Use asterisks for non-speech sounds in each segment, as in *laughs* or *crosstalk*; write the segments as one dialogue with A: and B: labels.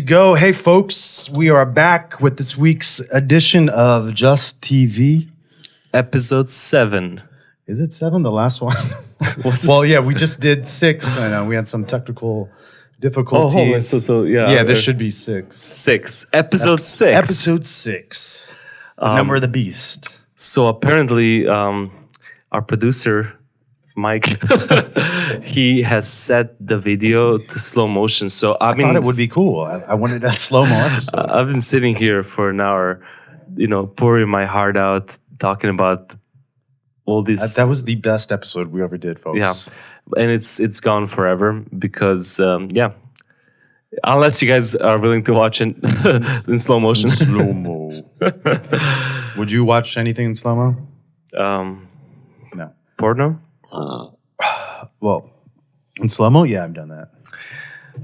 A: go. Hey, folks, we are back with this week's edition of Just TV.
B: Episode seven.
A: Is it seven, the last
B: *laughs*
A: one?
B: Was it-
A: well, yeah, we just did six. I know we had some technical difficulties.
B: Oh, so- so, yeah,
A: yeah, this
B: uh,
A: should be six.
B: Six. Episode six.
A: Episode six,
B: Um,
A: The Number of the Beast.
B: So apparently, um, our producer Mike, *laughs* he has set the video to slow motion. So I,
A: I
B: mean,
A: thought it would be cool. I, I wanted *laughs* a slow mo episode.
B: I've been sitting here for an hour, you know, pouring my heart out, talking about all these.
A: that, that was the best episode we ever did, folks.
B: Yeah, and it's it's gone forever because um, yeah, unless you guys are willing to watch it *laughs* in slow
A: *laughs*
B: motion.
A: Slow mo. Would you watch anything in slow mo?
B: Um,
A: No.
B: porno.
A: Well, in slow mo, yeah, I've done that.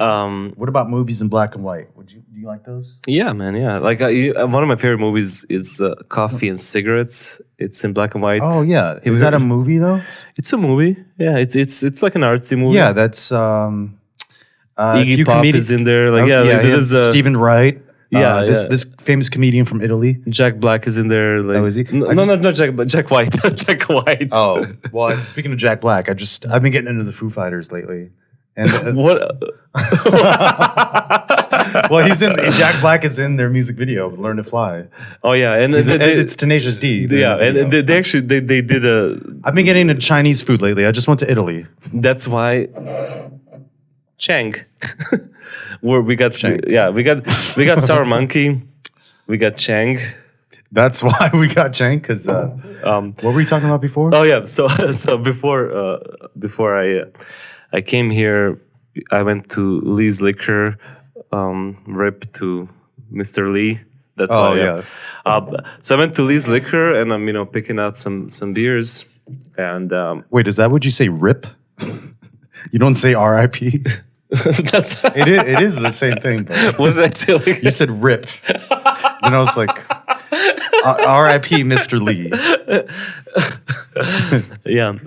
B: Um,
A: What about movies in black and white? Would you do you like those?
B: yeah, man. Yeah, like I, you- uh, one of my favorite movies is uh, Coffee and Cigarettes. It's in black and white.
A: Oh yeah, is
B: we-
A: that a movie though?
B: It's a movie. Yeah, it's it's it's like an artsy movie.
A: Yeah, that's um, uh, a
B: Iggy
A: few
B: Pop
A: comedians-
B: is in there. Like yeah,
A: Oh,
B: like, there's uh,
A: Stephen Wright. uh,
B: yeah,
A: this
B: yeah.
A: this famous comedian from Italy.
B: Jack Black is in there. Like,
A: Oh, is he?
B: No,
A: I
B: no,
A: just-
B: no, not Jack, but Jack White. *laughs* Jack White.
A: Oh well, I- speaking of Jack Black, I just I've been getting into the Foo Fighters lately, and uh,
B: What?
A: *laughs* well, he's in Jack Black is in their music video, "Learn to Fly."
B: Oh yeah, and,
A: It's,
B: they- they-
A: it's Tenacious D. they're in
B: yeah,
A: the
B: and,
A: video.
B: and they, they actually they, they did a.
A: I've been getting into Chinese food lately. I just went to Italy.
B: That's why Chang, *laughs* where we got
A: Chang.
B: yeah we got we got Sour *laughs* Monkey, we got Chang.
A: That's *laughs* why we got Chang. Because uh,
B: Um,
A: what were you talking about before?
B: oh yeah, so *laughs* so before uh, before I uh, I came here, I went to Lee's Liquor, um, rip to Mr. Lee. That's
A: Oh,
B: why,
A: yeah.
B: Uh, b- so I went to Lee's Liquor and I'm you know picking out some some beers, and
A: *laughs*
B: um,
A: Wait, is that what you say? Rip? you don't say R.I.P.
B: that's
A: It is, it is the same thing. Bro.
B: *laughs* what did I say?
A: *laughs*
B: Like,
A: You said rip, and I was like, uh, R.I.P. Mr. Lee.
B: yeah.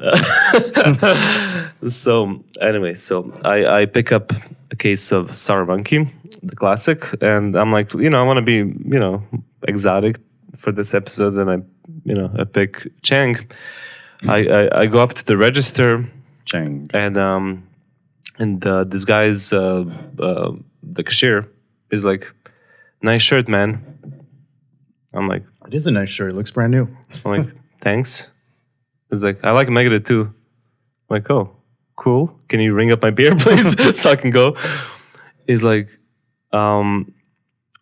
B: *laughs* so anyway, so I, I pick up a case of Sour Monkey, the classic, and I'm like, you know, I want to be, you know, exotic for this episode, and I, you know, I pick Chang. I, I, I go up to the register
A: Chang.
B: and um and uh, this guy's uh, uh the cashier is like, nice shirt, man. I'm like,
A: It is a nice shirt. It looks brand new.
B: I'm like, thanks. He's like, I like Megadeth too. I'm like, oh, cool. Can you ring up my beer, *laughs* please, so I can go? He's like, um,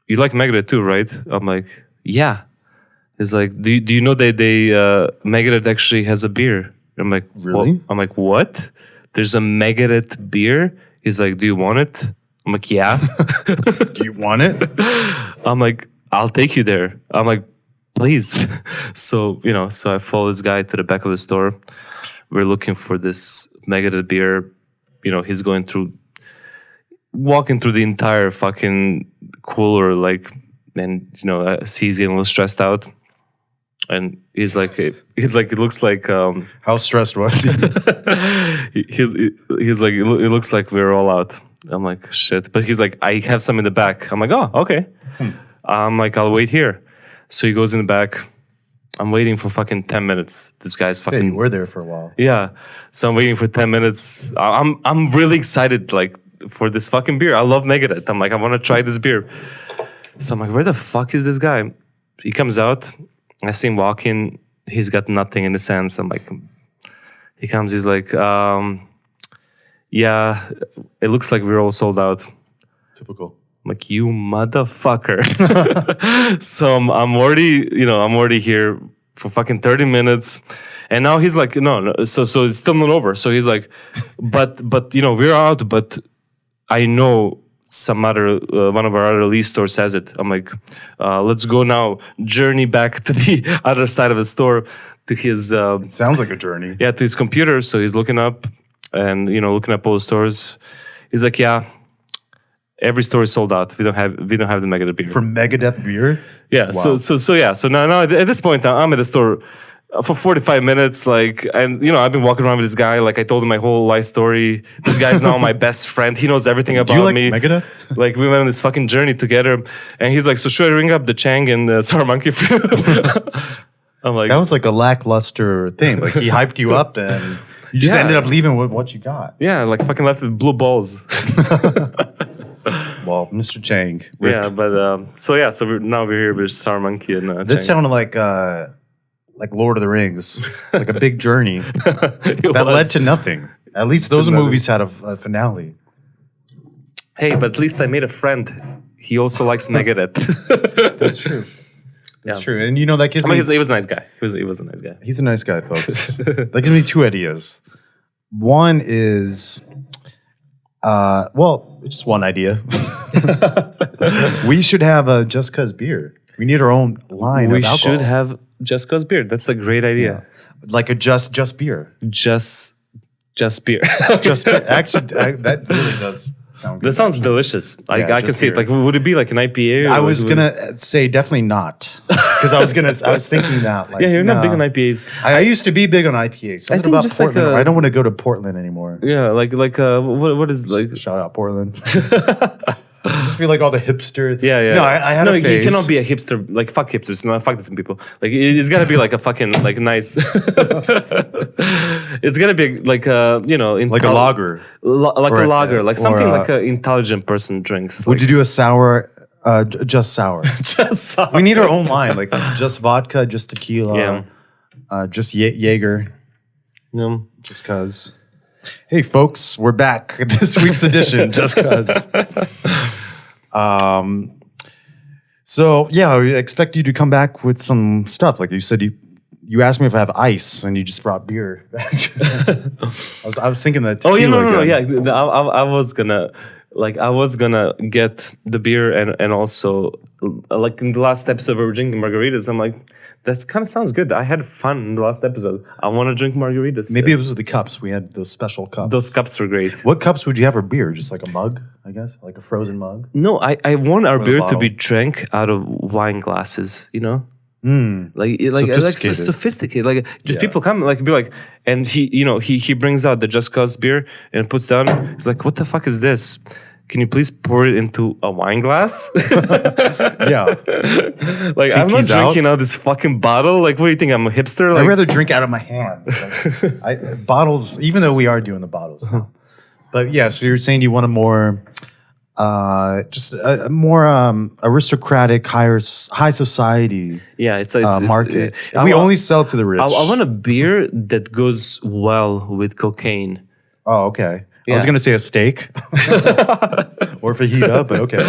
B: you like Megadeth too, right? I'm like, yeah. He's like, do you, do you know that they uh, Megadeth actually has a beer? I'm like, "Wha-
A: Really?
B: I'm like, what? There's a Megadeth beer? He's like, do you want it? I'm like, yeah.
A: Do you want it?
B: I'm like, I'll take you there. I'm like, please. *laughs* so, you know, so I follow this guy to the back of the store. We're looking for this Megadeth beer. You know, he's going through, walking through the entire fucking cooler, like, and, you know, I see he's getting a little stressed out. And he's like, *laughs* he's like, it looks like, um,
A: How stressed was *laughs* he?
B: he- he's, he's like, it loo- it looks like we're all out. I'm like, shit. But he's like, I have some in the back. I'm like, oh, okay. I'm like, I'll wait here. So he goes in the back. I'm waiting for fucking 10 minutes. This guy's
A: Yeah,
B: fucking.
A: you were there for a while.
B: Yeah. So I'm waiting for 10 minutes. I- I'm I'm really excited like for this fucking beer. I love Megadeth. I'm like, I want to try this beer. So I'm like, where the fuck is this guy? He comes out. I see him walking. He's got nothing in his hands. I'm like, he comes. He's like, um, yeah, it looks like we're all sold out.
A: Typical.
B: I'm like, you motherfucker. *laughs* so I'm, I'm already, you know, I'm already here for fucking 30 minutes. And now he's like, no, no, so so it's still not over. So he's like, but but you know, we're out, but I know some other uh, one of our other lease stores has it. I'm like, uh, let's go now, journey back to the *laughs* other side of the store to his uh,
A: Sounds like a journey.
B: yeah, to his computer. So he's looking up and you know looking up all the stores. He's like, yeah, every store is sold out. We don't have we don't have the Megadeth beer.
A: For Megadeth beer?
B: yeah. So so so yeah. So now now at this point I'm at the store uh, for 45 minutes like and you know i've been walking around with this guy like i told him my whole life story this guy's
C: *laughs*
B: now my best friend he knows everything about
C: Do you like
B: me
C: Megadeth?
B: like we went on this fucking journey together and he's like so should i ring up the chang and uh, sour monkey for you?" *laughs* i'm like
A: That was like a lackluster thing. Like he hyped you up and you just
B: Yeah.
A: ended up leaving with what you got.
B: yeah like fucking left with blue balls *laughs*
A: Well, Mr. Chang. Rick,
B: yeah but um so yeah so we're, now we're here with sour monkey and uh, *laughs*
A: That
B: Chang.
A: sounded like uh like Lord of the Rings. Like a *laughs* big journey.
B: It
A: that led
B: was.
A: to nothing. At least those
B: To nothing.
A: movies had a, f- a finale.
B: hey but at least i made a friend he also likes
A: *laughs*
B: Megadeth.
A: That's true. That's
B: Yeah.
A: true. And you know that gives
B: I mean,
A: me
B: he's, he was a nice guy. He was, he was a nice guy.
A: He's a nice guy, *laughs* folks. that gives me two ideas. One is, uh, well, just one *laughs* idea. we should have a just cause beer. We need our own line.
B: we
A: of alcohol.
B: should have Jessica's beer. That's a great idea.
A: like a just just beer.
B: Just, just beer. *laughs*
A: Just *laughs* beer. actually, I, that really does sound.
B: that
A: good.
B: sounds delicious. I,
A: Yeah,
B: I can
A: just
B: see it.
A: beer.
B: Like, would it be like an IPA? or
A: I
B: what
A: was
B: would-
A: gonna say definitely not because I was gonna. I was thinking that. Like,
B: *laughs* Yeah, you're not big
A: nah.
B: on IPAs.
A: I, I used to be big on IPA. Something
B: think
A: about
B: just like
A: Portland.
B: a-
A: I don't want to go to Portland anymore.
B: Yeah, like like uh, what what is like?
A: Shout out
B: *laughs*
A: Portland. *laughs* I just feel like all the hipster.
B: Yeah, yeah.
A: No, I, I had
B: no.
A: a
B: you
A: phase.
B: cannot be a hipster. Like fuck hipsters. No, fuck some people. Like it, has got to be like a fucking like nice. *laughs* it's got to be like uh you know
A: like a
B: intel-
A: lager.
B: lo- like
A: or
B: a
A: a-
B: lager, like
A: or
B: something
A: a-
B: like an intelligent person drinks.
A: *laughs* Would
B: Like,
A: you do a sour? Uh, j- just sour.
B: just sour.
A: we need our own line, like just vodka, just tequila,
B: Yeah.
A: uh, just Ye- Jaeger,
B: Yeah.
A: just cause. Hey, folks, we're back. *laughs* This week's edition, just
B: *laughs*
A: cause. Um. So yeah, I expect you to come back with some stuff. Like you said, you you asked me if I have ice, and you just brought beer *laughs* back. I was I was thinking that.
B: Oh yeah, no,
A: tequila
B: no, no,
A: again.
B: yeah. No, I, I, I was gonna, like, I was gonna get the beer and and also, uh, like, in the last episode we were drinking margaritas. I'm like, that's kind of sounds good. I had fun in the last episode. I want to drink margaritas.
A: Maybe it was the cups. We had those special cups.
B: those cups were great.
A: What cups would you have for beer? Just like a mug, I guess, like a frozen
B: *laughs*
A: mug.
B: No, I I want our beer to
A: bottle.
B: be drank out of wine glasses. You know. Like, it- like, like so
A: Hmm. Sophisticated.
B: sophisticated. Like, just people come, like, be like, and he, you know, he he brings out the Just Cause beer and puts down. He's like, "What the fuck is this? Can you please pour it into a wine glass?" *laughs*
A: Yeah,
B: Like I'm not
A: Pinkies out.
B: drinking out. this fucking bottle. Like what do you think? I'm a hipster.
A: I'd
B: Like
A: rather drink out of my hands. Like, I, bottles, even though we are doing the bottles, now. but yeah. So you're saying you want a more, uh, just a, a more um, aristocratic, higher, s- high society
B: yeah, it's, it's,
A: uh,
B: it's-
A: market.
B: I
A: we
B: wa-
A: only sell to the rich.
B: I, I want a beer that goes well with cocaine.
A: oh, okay. I
B: Yeah.
A: was gonna say a
B: *laughs*
A: steak or fajita, but okay.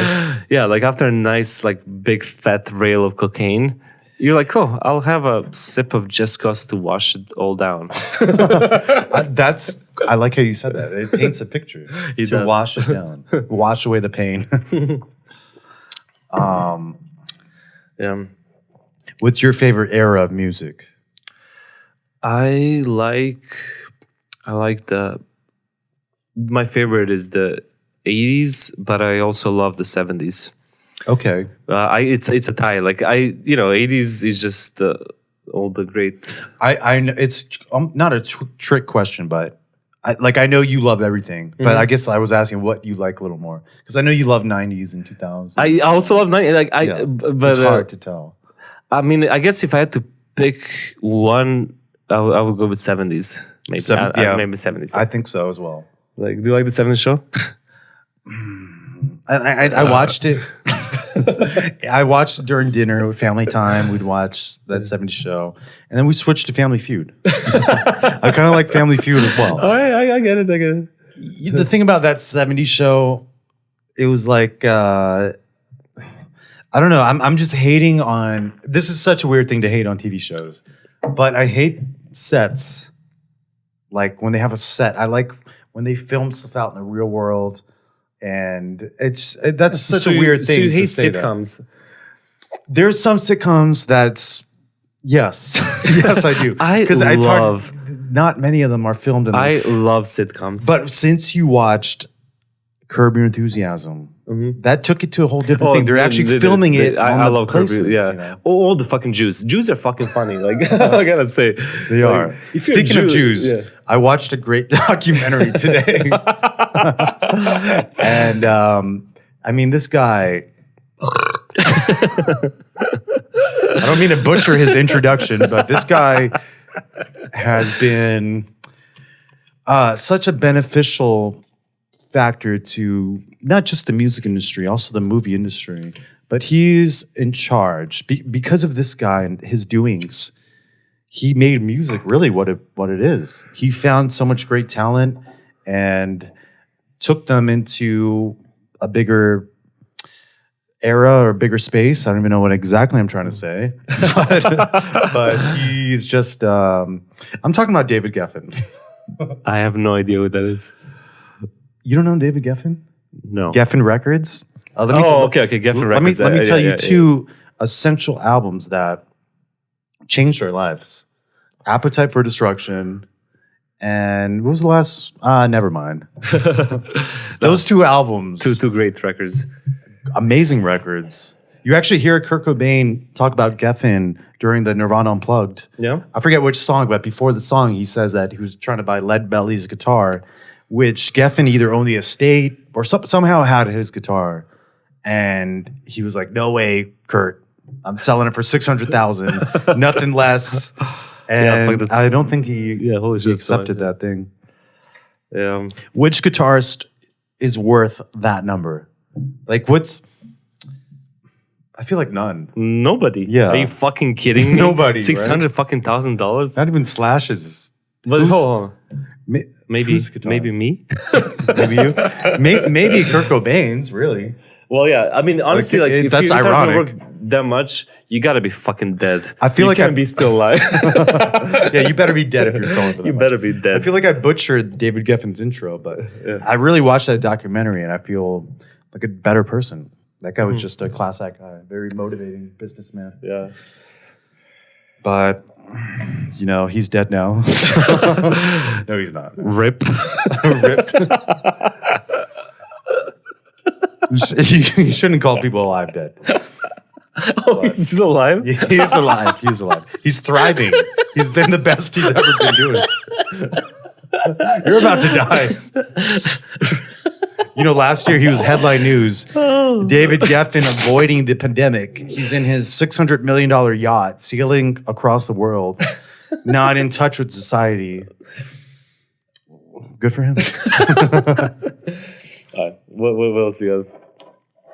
B: Yeah, like after a nice like big fat rail of cocaine, you're like, oh, I'll have a sip of Just Cause to wash it all
A: *laughs*
B: down.
A: I, that's I like how you said that. It paints a picture to
B: *laughs* does.
A: wash it
B: *laughs*
A: down, wash away the pain. *laughs* um,
B: yeah.
A: what's your favorite era of music?
B: I like I like the my favorite is the 80s, but I also love the 70s.
A: Okay,
B: Uh, I it's it's a tie. Like I you know 80s is just uh, all the great.
A: I I kn- it's um, not a tr- trick question, but I, like I know you love everything, but I guess I was asking what you like a little more because I know you love '90s and 2000s.
B: I, I also love 90s. Like I
A: Yeah.
B: b- but
A: it's
B: uh,
A: hard to tell.
B: I mean I guess if I had to pick one, I would- I would go with 70s. Maybe
A: Seven-
B: I- I-
A: yeah.
B: maybe 70s.
A: I think so as well.
B: like do you like the 70s show?
A: I, I, I- I watched it. I watched during dinner with family time. We'd watch that 70 show. And then we switched to Family Feud. *laughs* I kind of like Family Feud as well.
B: right, I, I get it. I get it.
A: Y- The thing about that 70 show, it was like, uh, I don't know. I'm, I'm just hating on this is such a weird thing to hate on TV shows, but I hate sets. Like when they have a set, I like when they film stuff out in the real world. And it's that's such
B: So
A: a
B: you-
A: weird thing.
B: So you
A: to
B: hate
A: say that
B: sitcoms.
A: there's some sitcoms that's yes *laughs* yes i do
B: I
A: it's hard-
B: love-
A: not many of them are filmed in
B: I love sitcoms.
A: but since you watched curb your enthusiasm That took it to a whole different
B: Mm-hmm. Oh,
A: thing. They're
B: the-
A: actually
B: the- the-
A: filming
B: the-
A: it.
B: I,
A: on
B: I
A: the
B: love
A: places,
B: Curb. Yeah,
A: you know?
B: all, all the fucking Jews. Jews are fucking funny. *laughs* Like I gotta say,
A: *laughs* They
B: Like,
A: are.
B: if you're a
A: Speaking of
B: Jew-
A: Jews,
B: yeah.
A: I watched a great *laughs* documentary
B: *laughs*
A: today. and um, I mean, this guy. I don't mean to butcher his introduction, but this guy has been uh, such a beneficial factor to not just the music industry, also the movie industry. But he's in charge Be- because of this guy and his doings he made music really what it what it is. He found so much great talent and took them into a bigger era or bigger space. I don't even know what exactly I'm trying to say, *laughs* but, but he's just. Um, I'm talking about David Geffen.
B: I have no idea what that is.
A: You don't know David Geffen?
B: No.
A: Geffen Records. Uh, let me-
B: oh, okay, okay. Geffen
A: let me
B: Records.
A: let me
B: uh,
A: tell
B: yeah,
A: you
B: yeah,
A: two essential albums that changed our lives: "Appetite for Destruction" and what was the last? Uh, never
B: *laughs*
A: mind. Those two albums,
B: Two, two great records.
A: amazing records. You actually hear Kurt Cobain talk about Geffen during the Nirvana Unplugged.
B: Yeah.
A: I forget which song, but before the song, he says that he was trying to buy Lead Belly's guitar, which Geffen either owned the estate or some, somehow had his guitar, and he was like, "No way, Kurt, I'm selling it for six hundred
B: *laughs*
A: thousand, nothing less."
B: it's like
A: And
B: that's-
A: I don't think he,
B: Yeah, holy
A: he
B: shit. so-
A: accepted that thing.
B: Yeah. um,
A: Which guitarist is worth that number? Like, what's? I feel like none.
B: Nobody.
A: Yeah.
B: Are you fucking kidding me?
A: *laughs* Nobody, right?
B: Six hundred fucking thousand dollars.
A: Not even slashes.
B: But
A: who's-
B: hold on.
A: Ma-
B: Maybe
A: who's guitarist?
B: maybe me.
A: Maybe you. May- maybe Kurt Cobain's. Really.
B: Well, yeah. I mean, honestly, like,
A: it-
B: if
A: that's
B: your guitar doesn't
A: ironic.
B: work that much, you gotta be fucking dead.
A: I feel
B: you
A: like
B: can't
A: I-
B: be still alive.
A: *laughs* yeah, you better be dead if you're selling for that.
B: *laughs* you
A: much.
B: better be
A: I
B: dead.
A: feel like I butchered David Geffen's intro, but
B: Yeah.
A: I really watched that documentary and I feel like a better person. That guy was just a class act guy, very motivating businessman.
B: yeah.
A: *laughs* But you know, he's dead now. *laughs* no, he's not.
B: Rip.
A: *laughs* Rip. *laughs* you you shouldn't call people alive dead.
B: oh, he's still
A: *laughs*
B: alive.
A: He's alive. He's alive. He's thriving. He's been the best he's ever been doing. *laughs* You're about to die. You know, last year he was headline news.
B: Oh.
A: David Geffen avoiding the pandemic. He's in his $600 million yacht, sailing across the world, not in touch with society. Good for him.
B: All right. What, what what else we got?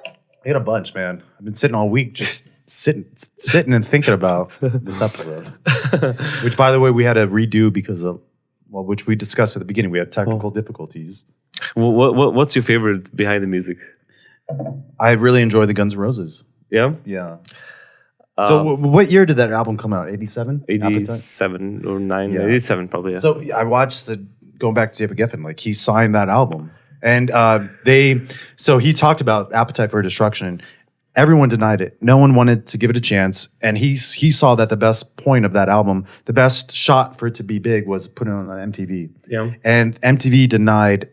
A: I ate a bunch, man. I've been sitting all week just sitting sitting and thinking about this episode. which by the way, we had to redo because of well, which we discussed at the beginning. We had technical difficulties.
B: What, what what's your favorite behind the music?
A: I really enjoy the Guns N' Roses.
B: Yeah.
A: Yeah.
B: Um,
A: So w- what year did that album come out? 87? Appetite?
B: 87 or 9
A: Yeah.
B: 87 probably yeah.
A: So I watched the going back to David Geffen, like he signed that album. And uh, they so he talked about Appetite for Destruction. Everyone denied it. No one wanted to give it a chance. And he s- he saw that the best point of that album, the best shot for it to be big was put it on MTV.
B: yeah
A: And MTV denied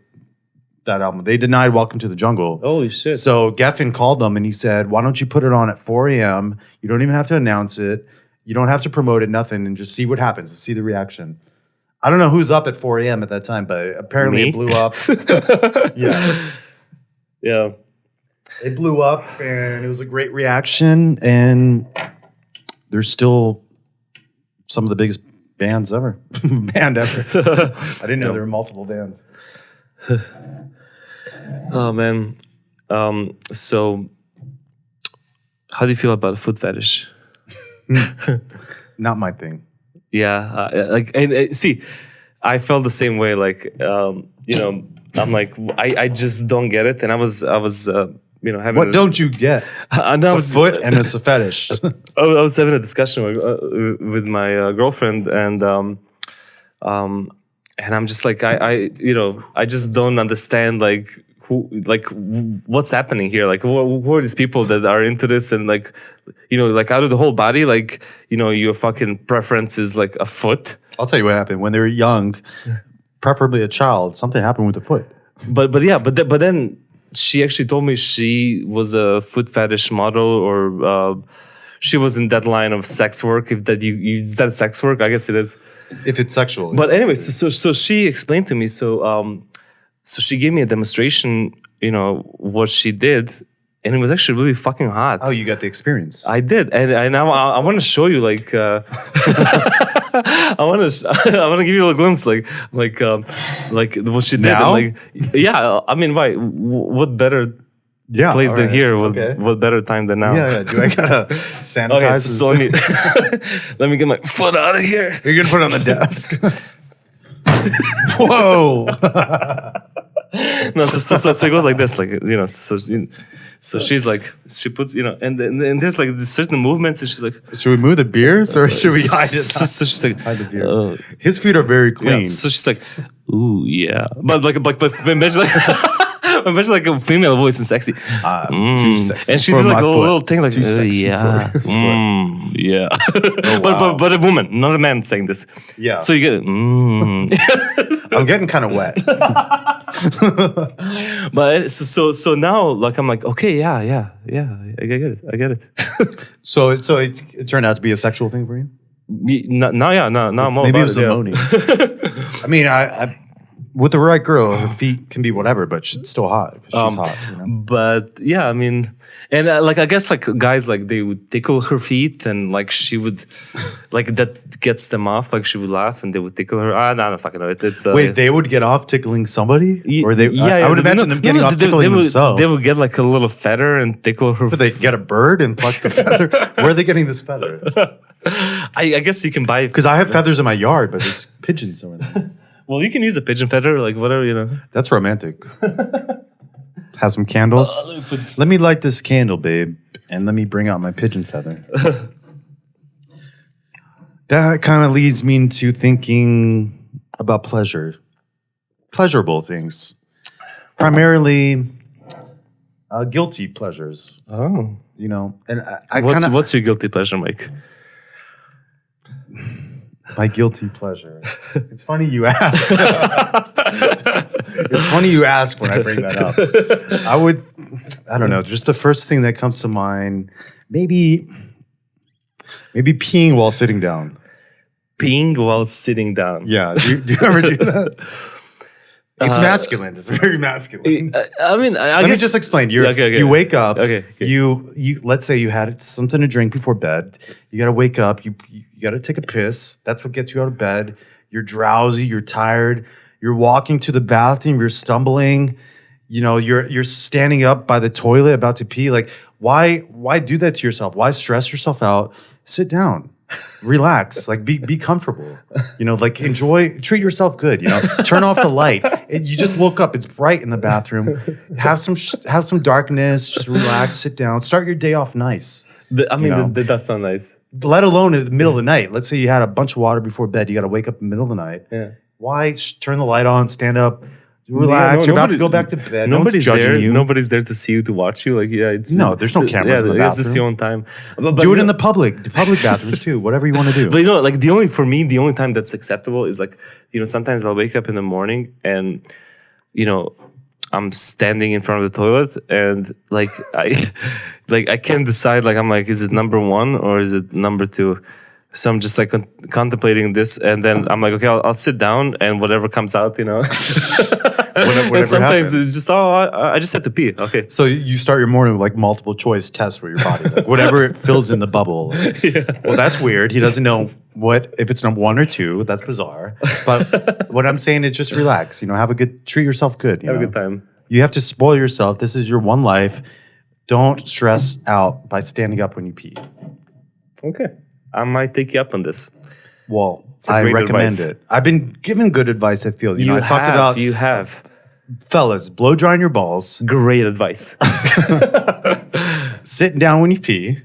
A: that album. They denied Welcome to the Jungle.
B: holy shit
A: So Geffen called them and he said, "Why don't you put it on at 4 a.m.? You don't even have to announce it. You don't have to promote it. Nothing, and just see what happens. See the reaction." I don't know who's up at 4 a.m. at that time, but apparently
B: Me?
A: it blew
B: *laughs*
A: up. yeah,
B: yeah *laughs*
A: it blew up, and it was a great reaction. And they're still some of the biggest bands ever, *laughs* band ever. I didn't know there were multiple bands.
B: oh man um so how do you feel about food fetish
A: Not my thing.
B: yeah uh, like and uh, see i felt the same way like um you know i'm like i i just don't get it and i was i was uh, you know having
A: What don't you get?
B: and *laughs* I
A: A
B: was *laughs*
A: foot and it's a fetish.
B: I I was having a discussion with, uh, with my uh, girlfriend, and um, um, and I'm just like, I, I, you know, I just don't understand like who, like w- what's happening here. Like, wh- who are these people that are into this? And like, you know, like out of the whole body, like, you know, your fucking preference is like a foot.
A: I'll tell you what happened when they were young, preferably a child. Something happened with the foot.
B: But but yeah, but th- but then she actually told me she was a foot fetish model or uh, she was in that line of sex work. If that you, you is that sex work, I guess it is.
A: if it's sexual.
B: But anyway, so, so so she explained to me. So um, so she gave me a demonstration. You know what she did, and it was actually really fucking hot.
A: oh, you got the experience.
B: I did, and, and now I, I want to show you like uh, *laughs* I want to *laughs* I want to give you a glimpse like like um, like what she did. and,
A: Now?
B: like yeah, I mean, why? W- What better
A: yeah,
B: place than
A: Oh, alright,
B: here? What,
A: okay.
B: what better time than now?
A: Yeah, yeah. Do I gotta sanitize?
B: *laughs* Okay, so,
A: this
B: so let
A: thing? *laughs*
B: me *laughs* let me get my foot out of here.
A: You're gonna put it on the *laughs* desk. Whoa!
B: No, so, so, so, so it goes like this, like you know, so so- so she's like she puts you know, and and, and there's like certain movements, and she's like
A: *laughs* should we move the beers or should *laughs* we hide
B: So,
A: it?
B: so she's like
A: Hide *laughs* the beers.
B: "Oh,
A: His feet are very
B: Yeah,
A: clean.
B: So she's like, ooh, yeah. But like, but, but imagine like, *laughs* imagine like a female voice and sexy.
A: Ah,
B: Mm. And she did
A: for
B: like
A: my
B: a
A: foot.
B: little thing like,
A: Too
B: "Uh,
A: sexy
B: yeah,
A: for his foot.
B: *laughs*
A: *laughs*
B: mm, yeah. *laughs* but,
A: wow.
B: but, but a woman, not a man saying this.
A: Yeah.
B: So you get, it, mm. *laughs*
A: I'm getting kind of wet.
B: but so, so, so now like, I'm like, okay, yeah, yeah, yeah. I get it. I get it. *laughs*
A: So, it, so it, it turned out to be a sexual thing for you.
B: Me- now, now, yeah, now, now I'm all
A: Maybe it
B: about
A: was
B: yeah.
A: ammonia.
B: *laughs*
A: I mean, I, I with the right girl,
B: *sighs*
A: her feet can be whatever, but she's still hot. 'cause She's
B: Um,
A: hot. You know?
B: but yeah i mean and uh, like i guess like guys like they would tickle her feet and like she would *laughs* like that gets them off like she would laugh and they would tickle her Ah, i don't fucking know it's it's uh,
A: Wait, they would get off tickling somebody, or they? I, I would
B: no,
A: imagine
B: no,
A: them getting
B: no,
A: off
B: they- they
A: tickling
B: would-
A: themselves.
B: They would get like a little feather and tickle her.
A: But *laughs* they get a bird and pluck the
B: *laughs*
A: feather. Where are they getting this feather?
B: I, I guess you can
A: *laughs*
B: buy.
A: Because I
B: *laughs*
A: have feathers in my yard, but there's pigeons over there.
B: Well, you can use a pigeon feather, like whatever you know.
A: That's romantic. Have some candles.
B: let me put-
A: Let me light this candle, babe, and let me bring out my pigeon feather. that kind of leads me into thinking about pleasure, pleasurable things, primarily uh, guilty pleasures.
B: Oh,
A: You know, and I, I
B: what's
A: kind of
B: what's your guilty pleasure, Mike?
A: my guilty pleasure. It's funny you ask. it's funny you ask when I bring that up. I would, I don't know, just the first thing that comes to mind, maybe, maybe peeing while sitting down.
B: Peeing while sitting down.
A: Yeah, do, you- do you ever do that? It's
B: Uh,
A: masculine. It's very masculine.
B: I, I mean, I, I
A: Let me
B: guess
A: just explain. You
B: Yeah, okay, okay.
A: you wake up.
B: Okay, okay.
A: You you let's say you had something to drink before bed. You got to wake up. You you got to take a piss. That's what gets you out of bed. You're drowsy. You're tired. You're walking to the bathroom. You're stumbling. You know you're you're standing up by the toilet about to pee. Like why why do that to yourself? Why stress yourself out? Sit down. Relax, like be be comfortable, you know. Like enjoy, treat yourself good. You know, turn off the light. It- you just woke up; it's bright in the bathroom. Have some sh- have some darkness. Just relax, sit down, start your day off nice
B: The- I mean,
A: you know.
B: that, that does sound nice.
A: let alone in the middle of the night. Let's say you had a bunch of water before bed. You got to wake up in the middle of the night.
B: Yeah.
A: Why sh- turn the light on, stand up, relax?
B: no,
A: You're about to
B: nobody-
A: go back to bed. No one's
B: Nobody's
A: judging
B: there.
A: you.
B: Nobody's there to see you to watch you. Like yeah, it's
A: No, there's no cameras in the
B: yeah, This is
A: bathroom.
B: your own time. But,
A: do
B: but
A: it
B: you
A: in
B: know-
A: the public, the public bathrooms too. Whatever you want to do.
B: *laughs* But you know, like the only for me, the only time that's acceptable is like you know sometimes I'll wake up in the morning and you know I'm standing in front of the toilet and like *laughs* I like I can't decide. Like I'm like, is it number one or is it number two? So I'm just like con- contemplating this, and then I'm like, okay, I'll, I'll sit down, and whatever comes out, you know. *laughs*
A: whatever
B: and sometimes
A: happens.
B: it's just oh, I, I just had to pee. *laughs* Okay,
A: so you start your morning with like multiple choice tests with your body, like whatever it fills in the bubble. Like, Well, that's weird. He doesn't know what if it's number one or two. That's bizarre. But
B: *laughs*
A: what I'm saying is just relax. You know, have a good, treat yourself good. You
B: have a
A: know?
B: good time.
A: You have to spoil yourself. This is your one life. Don't stress out by standing up when you pee.
B: Okay, I might take you up on this.
A: Well,
B: a
A: I
B: great
A: recommend
B: advice.
A: it. I've been given good advice. I feel you, know. I
B: have,
A: talked about
B: you have
A: fellas blow drying your balls,
B: great advice.
A: sitting down when you pee.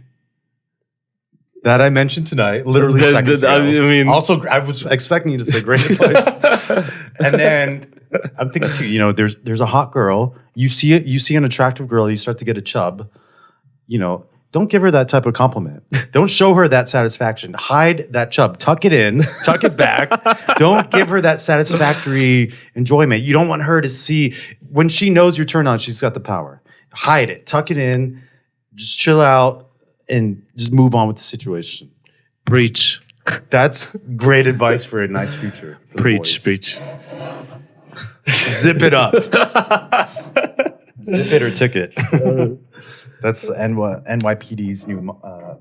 A: That I mentioned tonight, literally
B: The- the-
A: seconds ago.
B: I mean-
A: also, gr- I was expecting you to say great
B: *laughs*
A: advice, and then I'm thinking too. You know, there's there's a hot girl. You see it. You see an attractive girl. You start to get a chub. You know, don't give her that type of compliment. Don't show her that satisfaction. Hide that chub. Tuck it in, tuck it
B: *laughs*
A: back. don't give her that satisfactory enjoyment. You don't want her to see when she knows you're turned on, she's got the power. Hide it, tuck it in, just chill out and just move on with the situation.
B: *laughs* Preach,
A: That's great advice for a nice future. for the
B: preach,
A: boys.
B: preach.
A: *laughs* Zip it up. Zip it or
B: *laughs*
A: ticket. That's NY- NYPD's new mo- uh,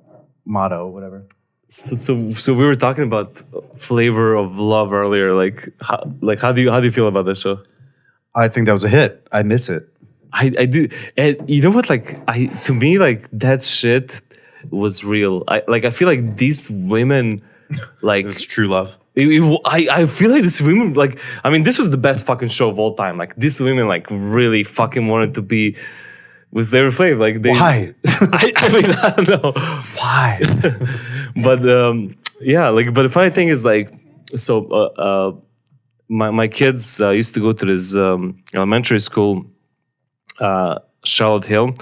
A: motto, whatever.
B: So, so, so we were talking about flavor of love earlier. Like, how, like how do you how do you feel about that show?
A: I think that was a hit. I miss it.
B: I, I do, and you know what? Like, I to me, like that shit was real. I like, I feel like these *laughs* women, like,
A: true love.
B: it- it- I, I feel like this women like I mean this was the best fucking show of all time. Like these women like really fucking wanted to be with their Flav. Like they
A: Why?
B: *laughs*
A: *laughs*
B: I, I mean I don't know,
A: Why?
B: but um, yeah, like but the funny thing is like so uh, uh, my my kids uh, used to go to this um, elementary school, uh, Charlotte Hill.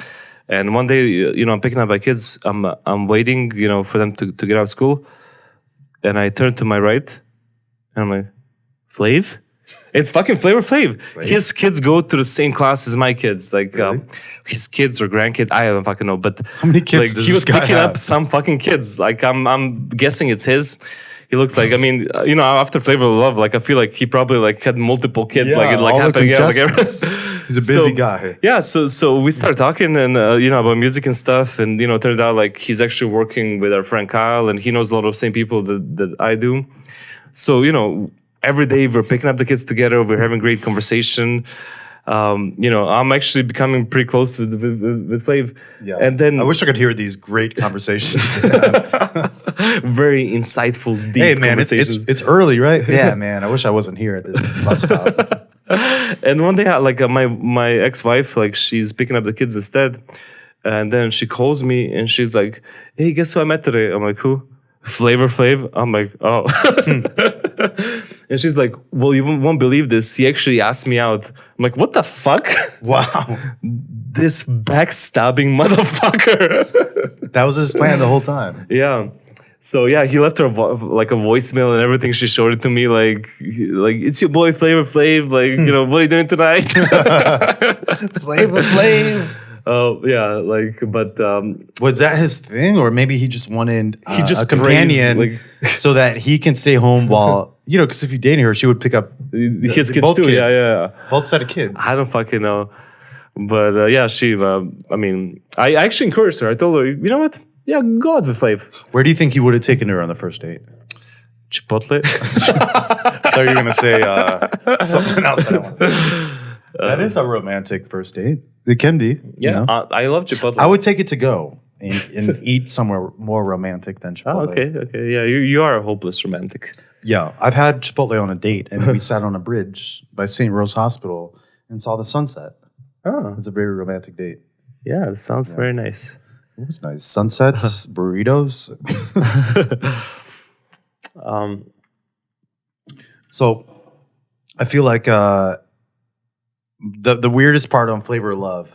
B: And one day, you know, I'm picking up my kids. I'm I'm waiting, you know, for them to, to get out of school. And I turn to my right, and I'm like, Flav? It's fucking Flavor Flav. His kids go to the same class as my kids. Like um, his kids or grandkids, I don't fucking know. But how
A: many kids
B: Like
A: does
B: he
A: this
B: was
A: guy
B: picking up *laughs*
A: have?
B: some fucking kids. Like I'm, I'm guessing it's his. He looks like. I mean, uh, you know, after Flavor of Love, like I feel like he probably like had multiple kids. like it like
A: all the
B: happened again. Like,
A: contestants. He's a busy
B: So-
A: guy.
B: *laughs* yeah, so so we started talking and uh, you know about music and stuff, and you know turned out like he's actually working with our friend Kyle, and he knows a lot of same people that that I do. So you know every day we're picking up the kids together, we're having great conversation. Um, you know, I'm actually becoming pretty close with with, with, with Slave,
A: Yeah.
B: and then
A: I wish I could hear these great
B: *laughs*
A: conversations.
B: very insightful, deep
A: hey man, it's,
B: conversations.
A: it's it's early, right? *laughs* Yeah, man. I wish I wasn't here at this bus stop.
B: and one day, I- like uh, my my ex wife, like she's picking up the kids instead, and then she calls me and she's like, "Hey, guess who I met today?" I'm like, "Who?" Flavor Flav. I'm like, "Oh," *laughs* and she's like, "Well, you won't won't believe this. He actually asked me out." I'm like, "What the fuck?
A: *laughs*
B: *laughs*
A: wow,
B: this backstabbing motherfucker!" *laughs*
A: that was his plan the whole time.
B: yeah. So yeah, he left her vo- like a voicemail and everything. She showed it to me like, like it's your boy Flavor Flav. Like you
A: Hmm.
B: know what are you doing
A: *laughs*
B: tonight? *laughs*
A: Flavor Flav.
B: Oh yeah, like but um,
A: Was that his thing, or maybe he just wanted uh,
B: just
A: a companion
B: praised,
A: *laughs* so that he can stay *laughs* home while you know? Because if you dated her, she would pick up
B: his kids
A: both
B: too. Yeah,
A: kids.
B: yeah. yeah.
A: both set of kids.
B: I don't fucking know, but uh, yeah, she. Uh, I mean, I I actually encouraged her. I told her, you know what? Yeah, go out with Flav.
A: Where do you think he would have taken her on the first date?
B: *laughs*
A: *laughs*
B: Chipotle.
A: I thought you were gonna say *laughs* uh, something else. That, I want to say. *laughs* that is a romantic first date. It can be.
B: yeah, uh, I love Chipotle.
A: I would take it to go and, and eat somewhere more romantic than Chipotle.
B: Oh, okay, okay, yeah. You you are a hopeless romantic.
A: Yeah, I've had Chipotle on a date, and we sat on a bridge by St. Rose Hospital and saw the sunset.
B: Oh,
A: It's a very romantic date.
B: yeah. That sounds very
A: *laughs*
B: nice.
A: It was nice. Sunsets, burritos.
B: Um,
A: So I feel like uh, the the weirdest part on Flavor of Love,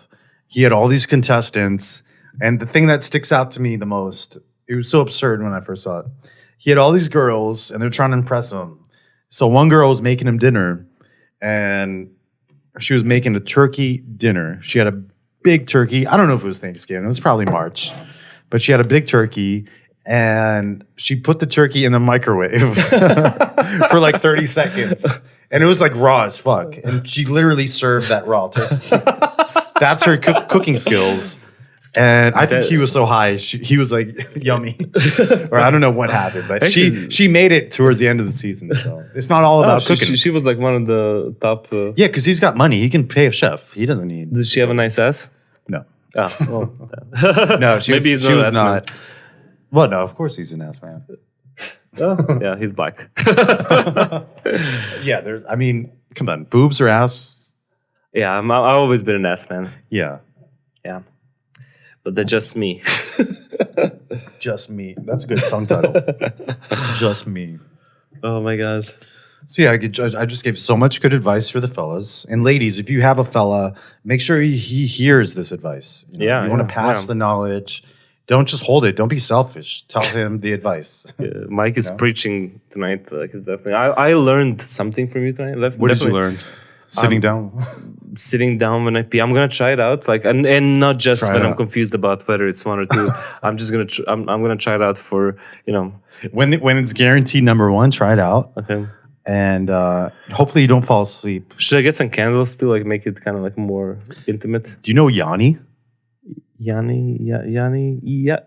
A: he had all these contestants, and the thing that sticks out to me the most, it was so absurd when I first saw it. He had all these girls, and they're trying to impress him. So one girl was making him dinner, and she was making a turkey dinner. She had a big turkey. I don't know if it was Thanksgiving. It was probably March, but she had a big turkey, and she put the turkey in the microwave *laughs* for like thirty seconds, and it was like raw as fuck. And she literally served that raw turkey. That's her coo- cooking skills. And I think
B: That-
A: he was so high, she, he was like *laughs* yummy, or I don't know what happened, but she
B: Actually-
A: she made it towards the end of the season. So it's not all
B: oh,
A: about
B: she,
A: cooking.
B: she, she was like one of the top. Uh,
A: Yeah, because he's got money. He can pay a chef. He doesn't need
B: Does she have a nice ass?
A: no.
B: *laughs* Oh, well,
A: No, she
B: Maybe
A: was,
B: he's
A: she
B: not
A: was
B: ass man.
A: not. Well, no, of course he's an ass *laughs* man.
B: yeah, he's *laughs* black.
A: Yeah, there's. I mean, come on, boobs or ass?
B: Yeah, I'm, I've always been an ass man.
A: Yeah,
B: Yeah, but they're just me. *laughs*
A: just me. That's a good song *laughs* title. just me.
B: oh my god.
A: So yeah, I, could, I just gave so much good advice for the fellas and ladies. If you have a fella, make sure he, he hears this advice. You know,
B: Yeah,
A: you want
B: yeah,
A: to pass
B: yeah.
A: the knowledge. Don't just hold it. Don't be selfish. Tell him the *laughs* advice.
B: Uh, Mike is preaching tonight. Like it's definitely. I, I learned something from you tonight. Left,
C: What did you learn?
A: Sitting down.
B: Sitting down when I pee. I'm gonna try it out. Like and, and not just
A: Try it
B: when I'm
A: out.
B: confused about whether it's one or *laughs* two. I'm just gonna tr- I'm, I'm gonna try it out for you know.
A: when when it's guaranteed number one, try it out,
B: Okay.
A: and uh, hopefully you don't fall asleep.
B: Should I get some candles to like make it kind of like more intimate?
A: Do you know Yanni?
B: Yanni, ya, Yanni, yeah.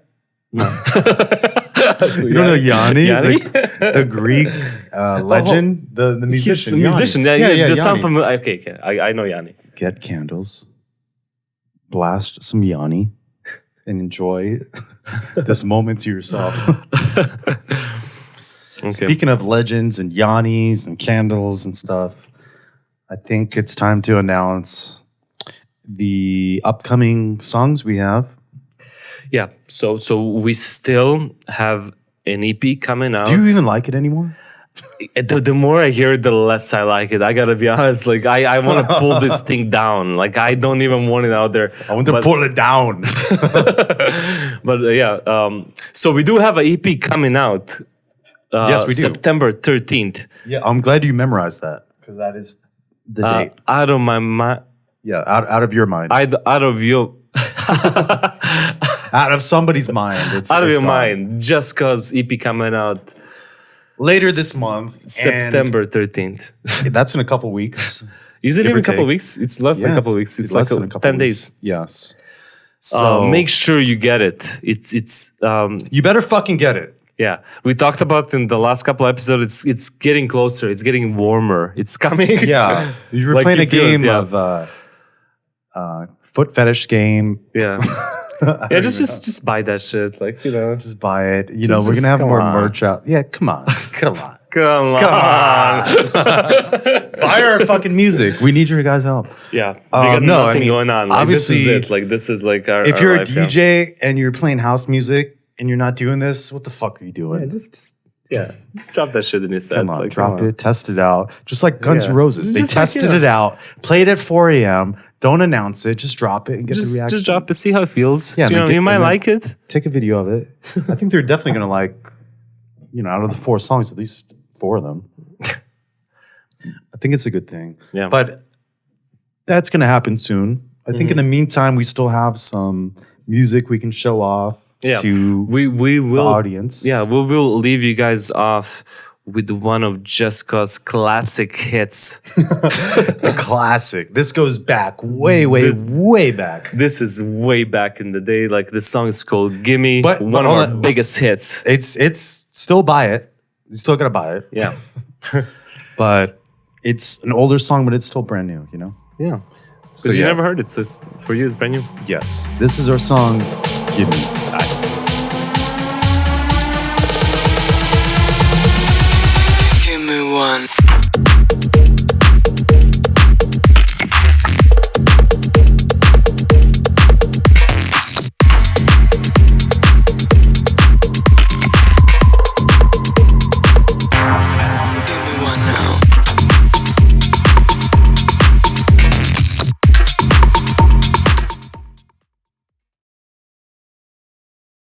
A: *laughs* You don't know Yanni?
B: Yanni?
A: The, the Greek uh, legend, the the musician.
B: *laughs* Oh. He's a
A: Yanni.
B: musician. Yeah, yeah, that sound
A: Yanni.
B: familiar. Okay, okay. I, I know Yanni.
A: Get candles, blast some Yanni, and
B: *laughs*
A: enjoy this moment to yourself. *laughs*
B: Okay.
A: Speaking of legends and Yannis and candles and stuff, I think it's time to announce the upcoming songs we have.
B: yeah. So so we still have an EP coming out.
A: Do you even like it anymore?
B: the, the more I hear it, the less I like it. I gotta be honest. Like I, I want to pull
A: *laughs*
B: this thing down. Like I don't even want it out there.
A: I want to
B: But-
A: pull it down. *laughs*
B: but uh, yeah, um, so we do have an EP coming out. Uh,
A: Yes, we do.
B: September 13th.
A: yeah, I'm glad you memorized that because that is the
B: Uh,
A: date.
B: out of my mind,
A: Yeah, out, out of your mind,
B: out, out of your
A: out of somebody's mind. It's,
B: out of
A: it's
B: your
A: gone.
B: mind, just cause EP coming out
A: Later this month, and
B: September 13th.
A: *laughs* That's in a couple weeks.
B: *laughs* Is it
A: give
B: even
A: or
B: a couple
A: take.
B: weeks? It's less than a
A: Yes,
B: couple weeks. It's,
A: less
B: like
A: than
B: a-
A: a couple
B: 10
A: weeks.
B: days.
A: Yes.
B: So
A: So
B: make sure you get it. It's it's um,
A: you better fucking get it.
B: *laughs* Yeah, we talked about in the last couple episodes. It's it's getting closer. It's getting warmer. It's coming.
A: Yeah, you were
B: Like
A: playing
B: you
A: a
B: feel it,
A: game
B: yeah.
A: of uh, uh, foot fetish game.
B: *laughs* yeah,
A: *laughs* I
B: *laughs* yeah.
A: don't
B: Just
A: even
B: just just buy that shit. Like you know.
A: know. *laughs* just buy it. You know,
B: Just-
A: we're
B: just
A: gonna have
B: come
A: more
B: on.
A: merch out. Yeah, come
B: *laughs*
A: on, come on.
B: Come on.
A: Buy our fucking music. We need your guys' help.
B: *laughs* yeah, we
A: Um,
B: got
A: no, I
B: nothing
A: mean,
B: going on. Like, this is
A: obviously,
B: it. Like this is like our.
A: if
B: our
A: you're a
B: life, yeah.
A: DJ and you're playing house music and you're not doing this, what the fuck are you doing?
B: yeah, just just yeah, just drop that shit in your set.
A: come on,
B: like,
A: drop
B: come on.
A: it, test it out. Just like Guns N'
B: Yeah.
A: Roses, they
B: Just like,
A: tested
B: yeah.
A: it out, played at 4 a.m. Don't announce it, just drop it and get the
B: Just
A: reaction.
B: just drop it. See how it feels.
A: Yeah,
B: Yeah,
A: and
B: you, know,
A: then
B: you
A: get-
B: might
A: and then-
B: like it.
A: Take a video of
B: *laughs*
A: it. I think they're definitely gonna like, you know, out of the four songs, at least four of
B: *laughs*
A: them. I think it's a good thing.
B: Yeah.
A: But that's going to happen soon. I
B: Mm-hmm.
A: think in the meantime, we still have some music we can show off
B: Yeah.
A: to
B: We we
A: the
B: will
A: audience.
B: Yeah, we will leave you guys off with one of Jessica's
A: *laughs*
B: classic hits.
A: a classic. This goes back way, way, way back.
B: this is way back in the day. Like this song is called "Gimme,"
A: But-
B: one
A: but
B: of
A: all
B: our
A: that-
B: biggest hits.
A: It's it's still buy it. You still got to buy it,
B: Yeah,
A: but it's an older song, but it's still brand new. You know.
B: yeah. Because
A: So,
B: you
A: yeah.
B: never heard it, so it's, for you it's brand new.
A: Yes. This is our song. Give me.